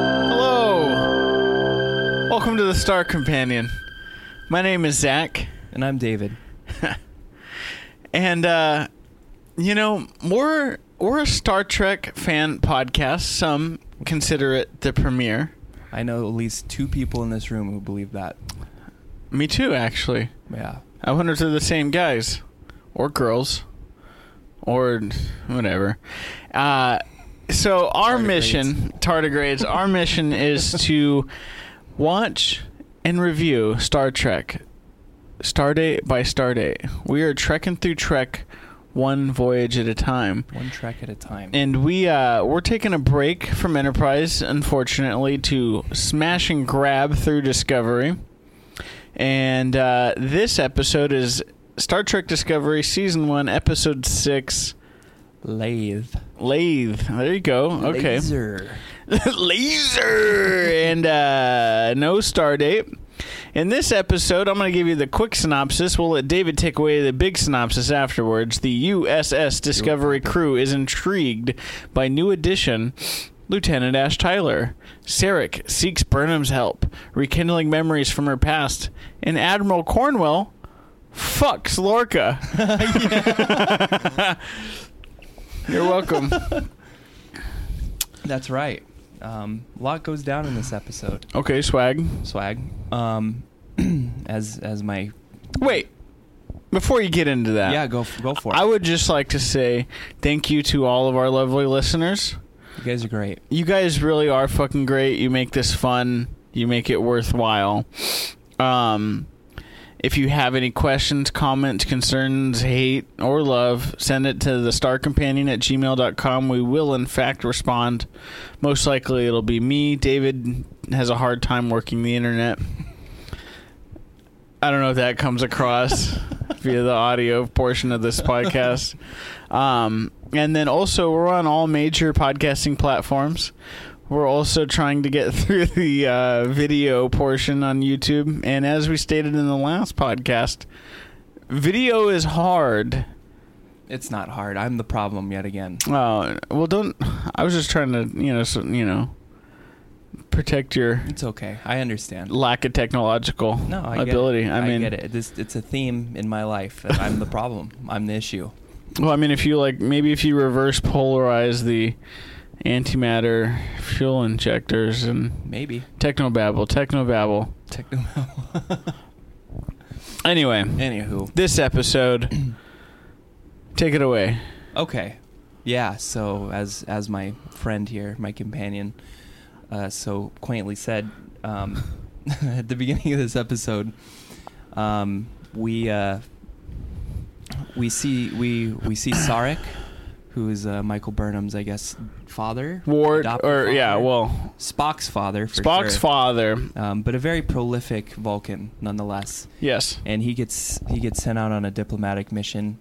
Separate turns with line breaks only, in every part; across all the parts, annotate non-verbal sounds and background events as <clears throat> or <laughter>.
Hello. Welcome to the Star Companion. My name is Zach,
And I'm David.
and uh, you know we're we're a Star Trek fan podcast. Some consider it the premiere.
I know at least two people in this room who believe that.
Me too, actually.
Yeah.
I wonder if they're the same guys or girls or whatever. Uh, so our mission, tardigrades, our mission is to watch and review Star Trek, Stardate by Stardate. We are trekking through Trek, one voyage at a time
One track at a time.
and we uh, we're taking a break from Enterprise, unfortunately, to smash and grab through Discovery. And uh, this episode is Star Trek Discovery, Season One, Episode Six.
Lathe.
Lathe. There you go. Okay.
Laser.
<laughs> Laser and uh, no star date. In this episode, I'm going to give you the quick synopsis. We'll let David take away the big synopsis afterwards. The USS Discovery crew is intrigued by new addition, Lieutenant Ash Tyler. Sarek seeks Burnham's help, rekindling memories from her past, and Admiral Cornwell fucks Lorca. <laughs> You're welcome.
That's right. Um, a lot goes down in this episode.
Okay, swag.
Swag. Um, <clears throat> as as my
Wait, before you get into that,
yeah, go f- go for it.
I would just like to say thank you to all of our lovely listeners.
you guys are great.
You guys really are fucking great. You make this fun. You make it worthwhile. Um, if you have any questions, comments, concerns, hate, or love, send it to the star companion at gmail.com. We will, in fact, respond. Most likely, it'll be me. David has a hard time working the internet. I don't know if that comes
<laughs>
across via the audio portion of this podcast. Um, and then also, we're on all major podcasting platforms. We're also trying to get <laughs> through the uh, video portion on YouTube. And as we stated in the last podcast, video is hard.
It's not hard. I'm the problem yet again.
Uh, well, don't. I was just trying to, you know, so, you know, protect your
It's okay. I understand.
lack of technological
No, I get it.
ability. I mean,
get it. This it's a theme in my life. that I'm the problem. I'm
<laughs>
the issue.
Well, I mean, if you like, maybe if you reverse polarize the antimatter fuel injectors and
Maybe.
technobabble, technobabble.
Techno. <laughs>
Anyway,
Anywho.
this
<clears throat>
episode, take it away.
Okay. Yeah, so as as my friend here, my companion, uh, so quaintly said um, <laughs> at the beginning of this episode, um, we uh, we see we we see Sarek, who is uh, Michael Burnham's, I guess, father,
Ward,
adopted
or yeah,
father.
well,
Spock's father, for
Spock's
sure.
father.
um, but a very prolific Vulcan nonetheless
Yes.
and he gets he gets sent out on a diplomatic mission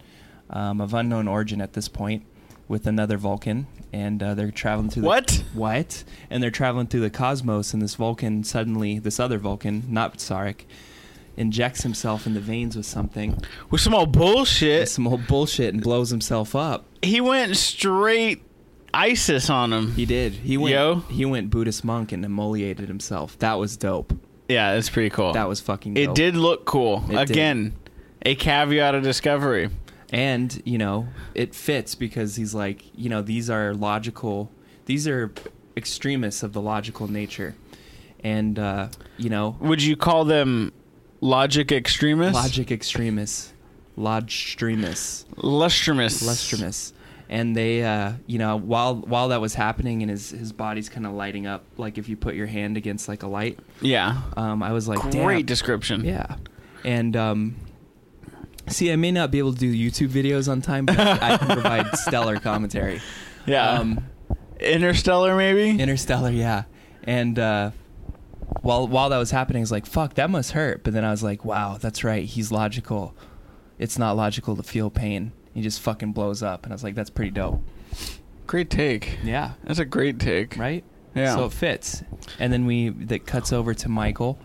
um, of unknown origin at this point with another Vulcan, and uh, they're traveling through the,
What?
what and they're traveling through the cosmos, and this Vulcan suddenly this other Vulcan, not Sarek, injects himself in the veins with something,
With some old bullshit.
some old bullshit, and blows himself up.
He went straight ISIS on him.
He did. He went.
Yo.
He went Buddhist monk and immolated himself. That was dope.
Yeah, that's pretty cool.
That was fucking.
It
dope.
did look cool.
It did.
Again, a caveat of discovery.
and you know it fits because he's like you know these are logical these are extremists of the logical nature and uh you know
Would you call them logic extremists?
logic extremists logstremists
Lustremists.
lustremists and they uh you know while while that was happening and his his body's kind of lighting up like if you put your hand against like a light
Yeah.
um i was like
Great
damn
description.
Yeah. And um see, I may not be able to do YouTube videos on time, but
<laughs>
I can provide stellar commentary.
Yeah.
Um
Interstellar, maybe?
Interstellar, yeah. And uh while while that was happening, I was like, fuck, that must hurt. But then I was like, wow, that's right. He's logical. It's not logical to feel pain. He just fucking blows up. And I was like, that's pretty dope.
great take.
Yeah.
That's a great take.
Right?
Yeah.
So it fits. And then we that cuts over to Michael.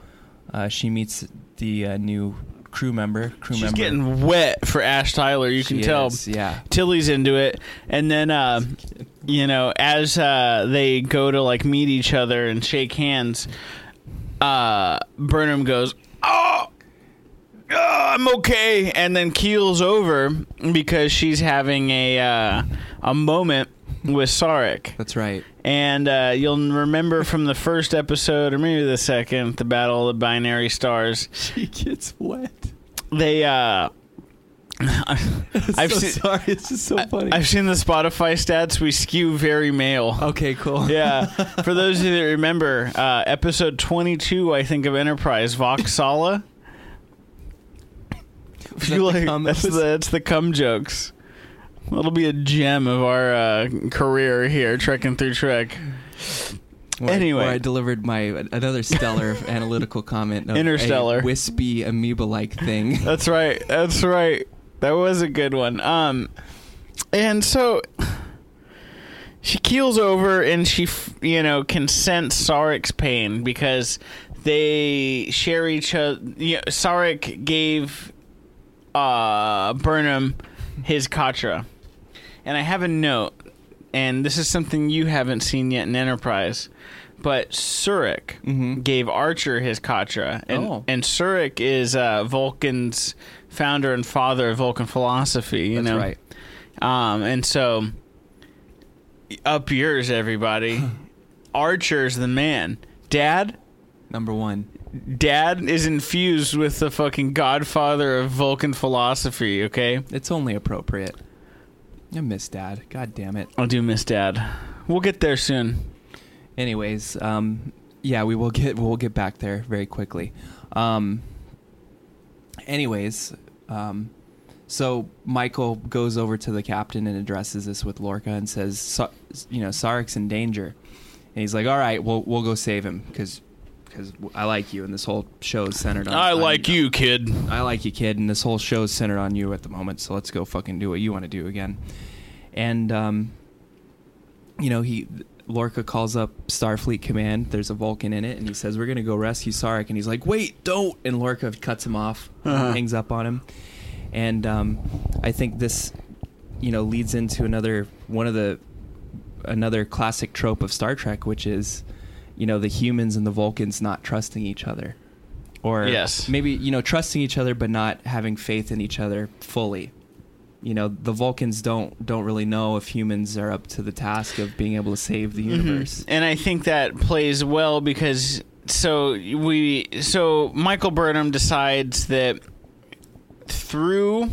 Uh, she meets the uh, new crew member. Crew
She's
member.
getting wet for Ash Tyler. You can
She
tell.
is, yeah.
Tilly's into it, and then uh, you know, as uh, they go to like meet each other and shake hands, uh, Burnham goes, "Oh, oh, I'm okay," and then keels over because she's having a uh, a moment with Sarek.
That's right.
And uh, you'll remember from the first episode, or maybe the second, the Battle of the Binary Stars.
<laughs> She gets wet. <laughs>
They, uh, I've
so
seen-
sorry. It's just so funny.
I've seen the Spotify stats. We skew very male.
<laughs> okay, cool.
Yeah. For those of you that remember, uh, episode 22, I think, of Enterprise, Voxala.
Was
You
that the
like-
cum <laughs>
that's, the,
episode?
that's the cum jokes. That'll be a gem of our uh, career here, trekking through Trek.
Where I-
anyway.
where I delivered my
<laughs>
another stellar analytical comment. Of
Interstellar.
a wispy amoeba-like thing.
That's right. That's right. That was a good one. Um, and so she keels over and she, f- you know, can sense Sarek's pain because they share each other. You know, Sarek gave uh, Burnham his Katra. And I have a note, and this is something you haven't seen yet in Enterprise. But Surik gave Archer his Katra, and,
Mm-hmm. Oh.
and Surik is uh, Vulcan's founder and father of Vulcan philosophy. You
That's
know,
right.
um, and so, up yours,
<laughs>
everybody. Archer's the man. Dad,
Number one.
Dad is infused with the fucking godfather of Vulcan philosophy. Okay,
It's only appropriate. I miss Dad. God damn it.
I do miss Dad. We'll get there soon.
Anyways, um, yeah, we will get we'll get back there very quickly. Um, anyways, um, so Michael goes over to the captain and addresses this with Lorca and says, "Sa- you know, Sarek's in danger, and he's like, all right, we'll we'll go save him because I like you, and this whole show is centered on
I like you, kid.
I like you, kid, and this whole show is centered on you at the moment. So let's go fucking do what you want to do again. And um, you know, he Lorca calls up Starfleet Command. There's a Vulcan in it, and he says, "We're gonna go rescue Sarek." And he's like, "Wait, don't!" And Lorca cuts him off, hangs up on him. And um, I think this, you know, leads into another one of the another classic trope of Star Trek, which is, you know, the humans and the Vulcans not trusting each other, or
Yes.
maybe you know trusting each other but not having faith in each other fully. You know, the Vulcans don't don't really know if humans are up to the task of being able to save the
Mm-hmm. <laughs>
universe.
and I think that plays well because so we so Michael Burnham decides that through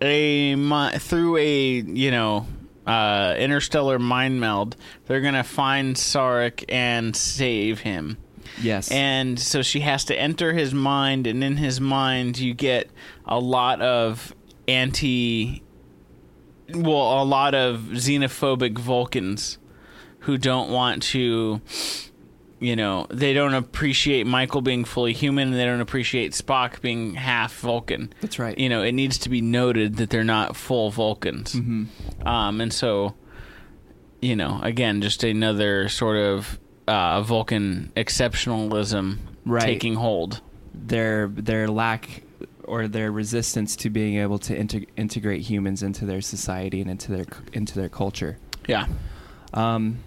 a mi- through a you know uh, interstellar mind meld, they're gonna find Sarek and save him.
Yes,
And so she has to enter his mind, and in his mind, you get a lot of anti. Well, a lot of xenophobic Vulcans who don't want to. You know, they don't appreciate Michael being fully human, and they don't appreciate Spock being half Vulcan.
That's right.
You know, it needs to be noted that they're not full Vulcans. Mm-hmm. Um, and so you know, again, just another sort of uh, Vulcan exceptionalism
Right.
taking hold.
their their lack or their resistance to being able to integ- integrate humans into their society and into their c- into their culture.
Yeah.
Um,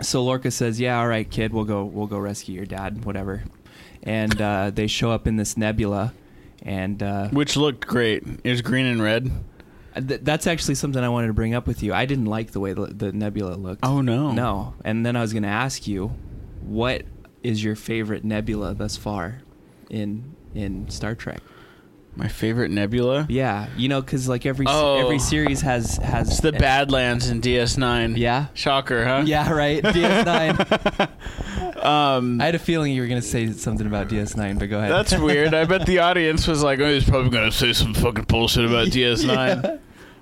so Lorca says, "Yeah, all right, kid, we'll go we'll go rescue your dad, whatever." And uh, they show up in this nebula, and uh,
Which looked great. It was green and red.
th- that's actually something I wanted to bring up with you. I didn't like the way the, the nebula looked.
Oh, no.
no. And then I was going to ask you, what is your favorite nebula thus far in in Star Trek?
My favorite nebula?
Yeah, you know, because like every s
Oh.
every series has has e-,
It's the Badlands in DS9.
Yeah.
Shocker, huh?
<laughs> Yeah,
<laughs>
right. DS9. um, I had a feeling you were gonna say something about DS9, but go ahead.
That's weird. I bet the audience was like, oh, he's probably going to say some fucking bullshit
<laughs>
about DS9.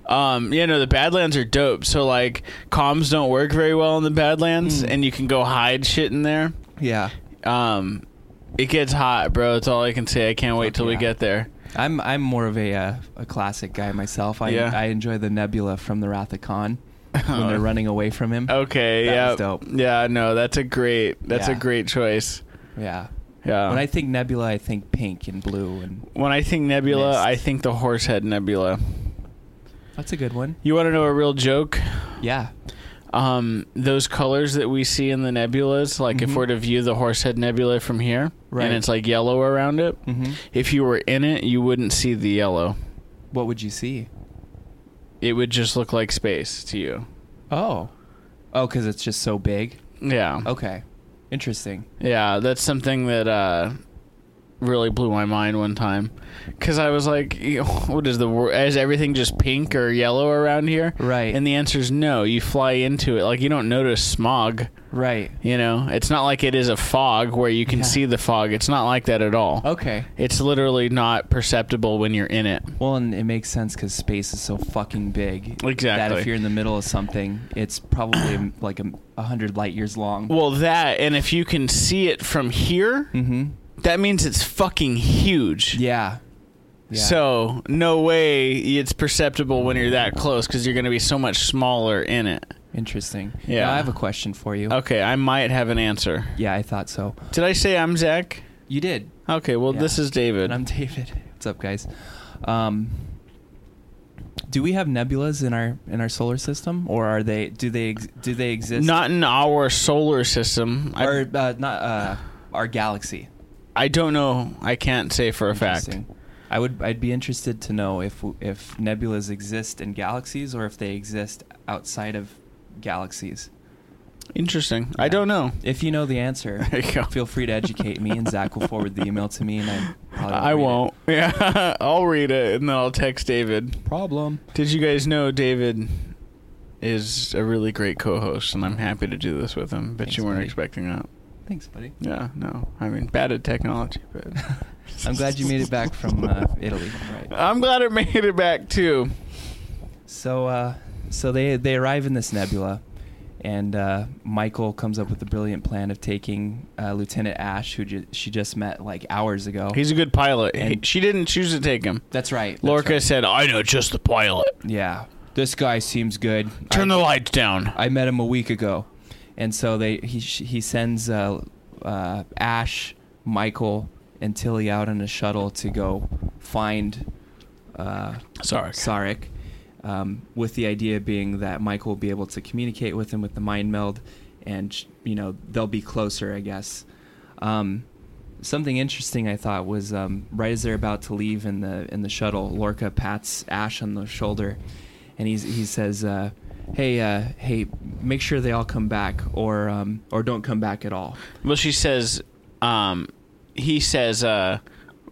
Um, yeah, no, the Badlands are dope. So, like, comms don't work very well in the
Hmm.
Badlands, and you can go hide shit in there.
<laughs> yeah.
Um, it gets hot, bro. That's all I can say. I can't wait till we
yeah.
get there.
I'm I'm more of a uh, a classic guy myself. I
Yeah. Oh.
I enjoy the Nebula from the Wrath of Khan when
<laughs>
they're running away from him.
Okay,
That
yeah,
was dope.
yeah, no, that's a great, that's a
Yeah.
great choice.
Yeah.
Yeah.
When I think Nebula, I think pink and blue, and
When I think Nebula,
Mist.
I think the Horsehead Nebula.
that's a good one.
You want to know a real joke?
Yeah.
Um, those colors that we see in the nebulas, like if we're to view the Horsehead Nebula from here,
Mm-hmm. Right.
and it's like yellow around it,
hmm
if you were in it, you wouldn't see the yellow.
What would you see?
It would just look like space to you.
Oh. Oh, because it's just so big.
Yeah.
Okay. Interesting.
Yeah, that's something that uh, really blew my mind one time because I was like, "Ew, "What is the wor- is everything just pink or yellow around here?"
Right.
And the answer is no. You fly into it, like you don't notice smog.
Right.
You know, it's not like it is a fog where you can
Yeah.
see the fog. It's not like that at all.
Okay.
It's literally not perceptible when you're in it.
Well, and it makes sense because space is so fucking big. That
Exactly.
if you're in the middle of something,
<clears throat>
it's probably like a, a hundred light years long.
Well, that and if you can see it from here,
mm-hmm.
that means it's fucking huge.
Yeah. Yeah.
So no way it's perceptible when you're that close because you're going to be so much smaller in it.
interesting.
Yeah.
Now I have a question for you.
Okay, I might have an answer.
Yeah, I thought so.
Did I say I'm Zach?
You did.
Okay, well
Yeah.
this is David.
And I'm <laughs> David. What's up, guys? Um, do we have nebulas in our in our solar system, or are they do they ex- do they exist?
Not in our solar system. I-
or uh, not uh, our galaxy.
I don't know. I can't say for a fact.
Interesting. I would. I'd be interested to know if if nebulas exist in galaxies or if they exist outside of galaxies.
Interesting. I don't know.
If you know the answer,
<laughs> There you go.
feel free to educate me, and Zach will forward the email to me, and I probably
I
read it.
won't. <laughs> Yeah, I'll read it and then I'll text David.
Problem.
Did you guys know David is a really great co-host, and I'm happy to do this with him. But
Thanks,
you weren't
buddy.
expecting that.
Thanks, buddy.
Yeah, no. I mean, bad at technology,
<laughs>
but
I'm glad you made it back
<laughs>
from uh, Italy. Right.
I'm glad it made it back too.
So, uh, so they they arrive in this nebula, and uh, Michael comes up with the brilliant plan of taking uh, Lieutenant Ash, who ju- she just met like hours ago.
He's a good pilot. He-
And-
she didn't choose to take him.
that's right. that's
Lorca
right.
said, "I know just the pilot.
Yeah. This guy seems good.
Turn
I,
the lights down."
I met him a week ago. And so they he he sends uh, uh, Ash, Michael, and Tilly out on a shuttle to go find uh,
Sorry.
Sarek, um, with the idea being that Michael will be able to communicate with him with the mind meld, and you know they'll be closer, I guess. Um, something interesting I thought was um, right as they're about to leave in the in the shuttle, Lorca pats Ash on the shoulder, and he's, he says, uh, "Hey, uh, hey, make sure they all come back, or um, or don't come back at all."
Well, she says, um, he says, uh,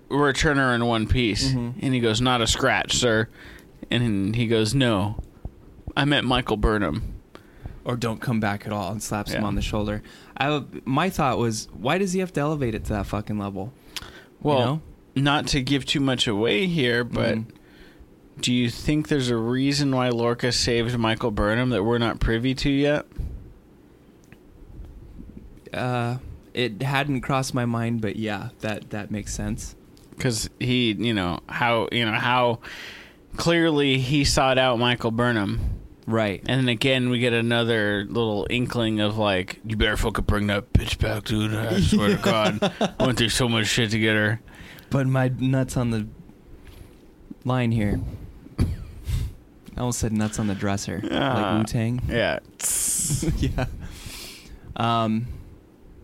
"Return her in one piece," and he goes, "Not a scratch, sir." And he goes, "No, I met Michael Burnham."
or don't come back at all and slaps him
Yeah.
on the shoulder. I my thought was, why does he have to elevate it to that fucking level?
Well,
know?
not to give too much away here, but
Mhm.
do you think there's a reason why Lorca saved Michael Burnham that we're not privy to yet?
Uh, it hadn't crossed my mind, but yeah, that that makes sense.
Because he, you know how you know how clearly he sought out Michael Burnham,
Right.
And then again, we get another little inkling of like, you better fucking bring that bitch back, dude. I swear to
<laughs>
God, I went through so much shit to get her.
But my nuts on the line here. I almost said nuts on the dresser,
Ah.
like Wu Tang.
Yeah.
<laughs> yeah. Um.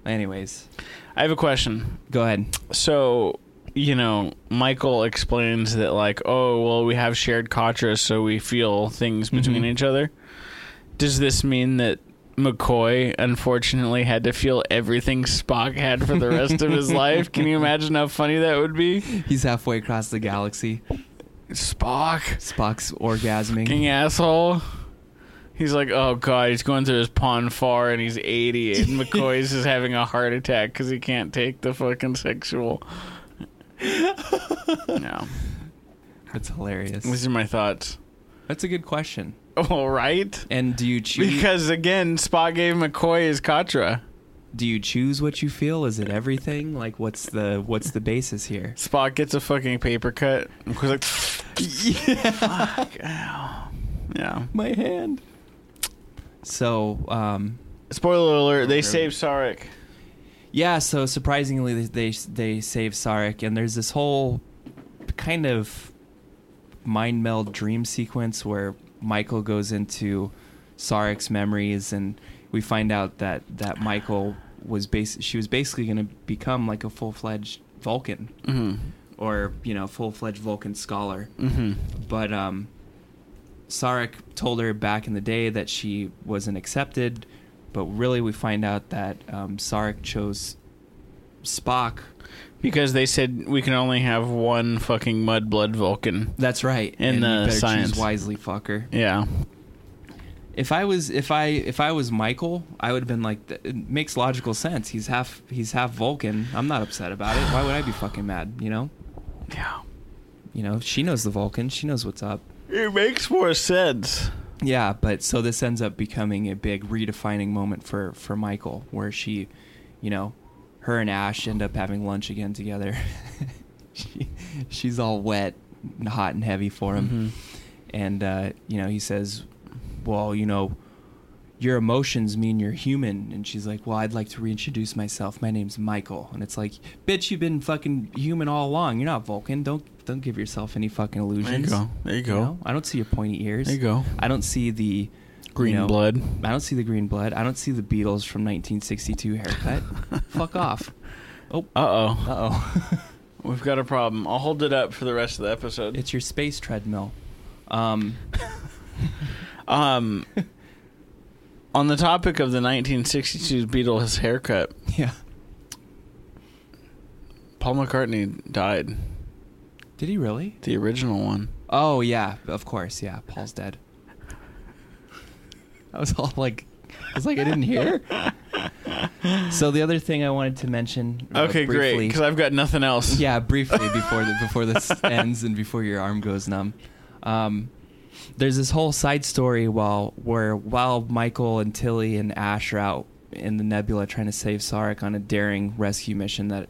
Anyways,
I have a question.
go ahead.
So, you know, Michael explains that like, oh well, we have shared katra, so we feel things between
Mhm.
each other. Does this mean that? McCoy unfortunately had to feel everything Spock had for the rest of
<laughs>
his life. Can you imagine how funny that would be?
He's halfway across the galaxy.
Spock.
Spock's orgasming.
fucking asshole. He's like, oh god, he's going through his pon far and he's 80, and McCoy's is having a heart attack because he can't take the fucking sexual. no,
That's hilarious.
these are my thoughts.
That's a good question.
All right,
And do you choose?
because again, Spock gave McCoy his Katra.
do you choose what you feel? Is it everything? Like, what's the what's the
<laughs>
basis here?
Spock gets a fucking paper cut. McCoy's like, fuck, ow. yeah.
My hand. So, um,
Spoiler alert: They save Sarek.
yeah. So surprisingly, they they, they save Sarek, and there's this whole kind of mind meld dream sequence where Michael goes into Sarek's memories, and we find out that that Michael was bas- she was basically going to become like a full fledged Vulcan, or you know, full fledged Vulcan scholar. Mm-hmm. But um, Sarek told her back in the day that she wasn't accepted, but really we find out that um, Sarek chose Spock.
Because they said we can only have one fucking mud blood Vulcan.
That's right.
In
and
the
you better
science.
choose wisely, fucker.
Yeah.
If I was if I if I was Michael, I would have been like, "Th- it makes logical sense. He's half he's half Vulcan. I'm not upset about it. Why would I be fucking mad? You know,
Yeah.
you know she knows the Vulcan. She knows what's up.
It makes more sense.
Yeah, but so this ends up becoming a big redefining moment for for Michael, where she, you know, her and Ash end up having lunch again together. <laughs> she, she's all wet, and hot and heavy for him,
Mm-hmm.
and uh, you know he says, "Well, you know, your emotions mean you're human." And she's like, "Well, I'd like to reintroduce myself. My name's Michael." And it's like, "Bitch, you've been fucking human all along. You're not Vulcan. Don't don't give yourself any fucking illusions."
There you
You know? I don't see your pointy ears.
There you go.
I don't see the
Green
you know,
blood.
I don't see the green blood. I don't see the Beatles from
<laughs>
1962 haircut. Fuck off. Oh, uh
Uh oh. <laughs>
oh.
We've got a problem. I'll hold it up for the rest of the episode.
it's your space treadmill.
<laughs>
Um,
um, <laughs> on the topic of the 1962 Beatles haircut,
yeah.
Paul McCartney died.
Did he really?
The original one.
Oh yeah, of course. Yeah, Paul's dead. I was all like, I was like, I
<laughs>
didn't hear. so the other thing I wanted to mention. uh,
Okay, great.
briefly-
Because I've got nothing else.
<laughs> Yeah, briefly before the,
<laughs>
before this ends and before your arm goes numb. Um, there's this whole side story while where while Michael and Tilly and Ash are out in the nebula trying to save Sarek on a daring rescue mission that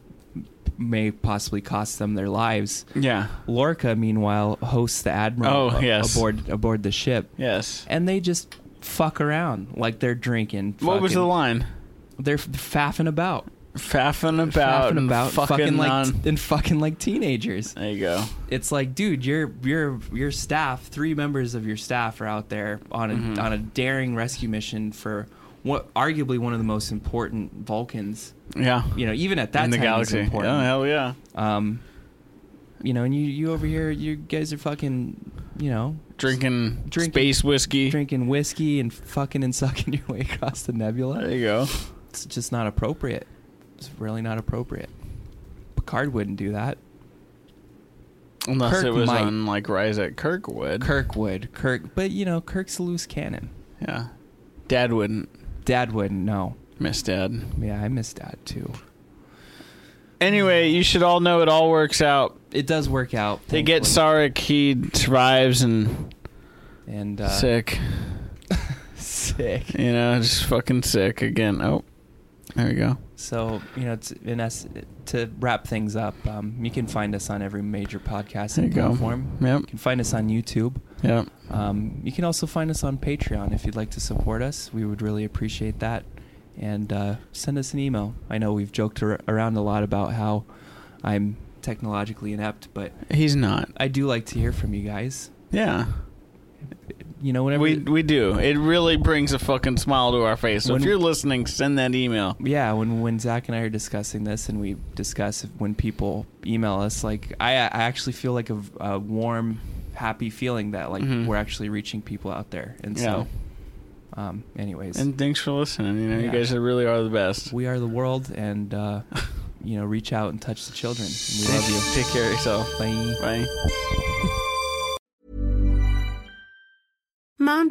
may possibly cost them their lives.
Yeah.
Lorca, meanwhile, hosts the admiral
Oh,
a-
yes.
aboard aboard the ship,
Yes.
and they just fuck around like they're drinking.
What was
fucking-
the line?
They're f- faffing about,
Faffing about.
faffing
and
about,
Fucking,
like
non-
and fucking like teenagers.
there you go.
it's like, dude, your your your staff, three members of your staff are out there on a
Mm-hmm.
on a daring rescue mission for what arguably one of the most important Vulcans.
Yeah.
You know, even at that
In the
time, was
galaxy. Oh,
important.
hell yeah.
Um, you know, and you you over here, you guys are fucking, you know,
Drinking,
Drinking-
space whiskey.
drinking whiskey and fucking and <laughs> sucking your way across the nebula.
There you go.
It's just not appropriate. It's really not appropriate. Picard wouldn't do that.
Unless
Kirk
it was
might.
on like Rise at Kirkwood.
Kirk would. Kirk, but you know, Kirk's a loose cannon.
Yeah. Dad wouldn't
Dad wouldn't. No.
miss dad.
Yeah, I missed that too.
Anyway, you should all know it all works out.
It does work out.
They get
thankfully.
Sarek, he survives and
and uh,
sick.
<laughs> sick.
You know, just fucking sick again. Oh. There we go.
So you know, it's in us to wrap things up. Um, you can find us on every major
There
podcasting
you go.
platform.
Yep.
You can find us on YouTube.
Yeah.
Um, you can also find us on Patreon if you'd like to support us. We would really appreciate that. And uh, send us an email. I know we've joked ar- around a lot about how I'm technologically inept, but
He's not.
I do like to hear from you guys.
Yeah.
You know, whenever
We we do. It really brings a fucking smile to our face. So
When-
if you're listening, send that email.
yeah, when when Zach and I are discussing this, and we discuss if- when people email us, like I, I actually feel like a, a warm, happy feeling that like
Mhm.
we're actually reaching people out there. And so, um, anyways,
And thanks for listening. You know, you
Yeah.
guys really are the best.
we are the world,
<laughs>
and uh, you know, reach out and touch the children. We love you.
Take care of yourself.
Bye.
Bye.
Mom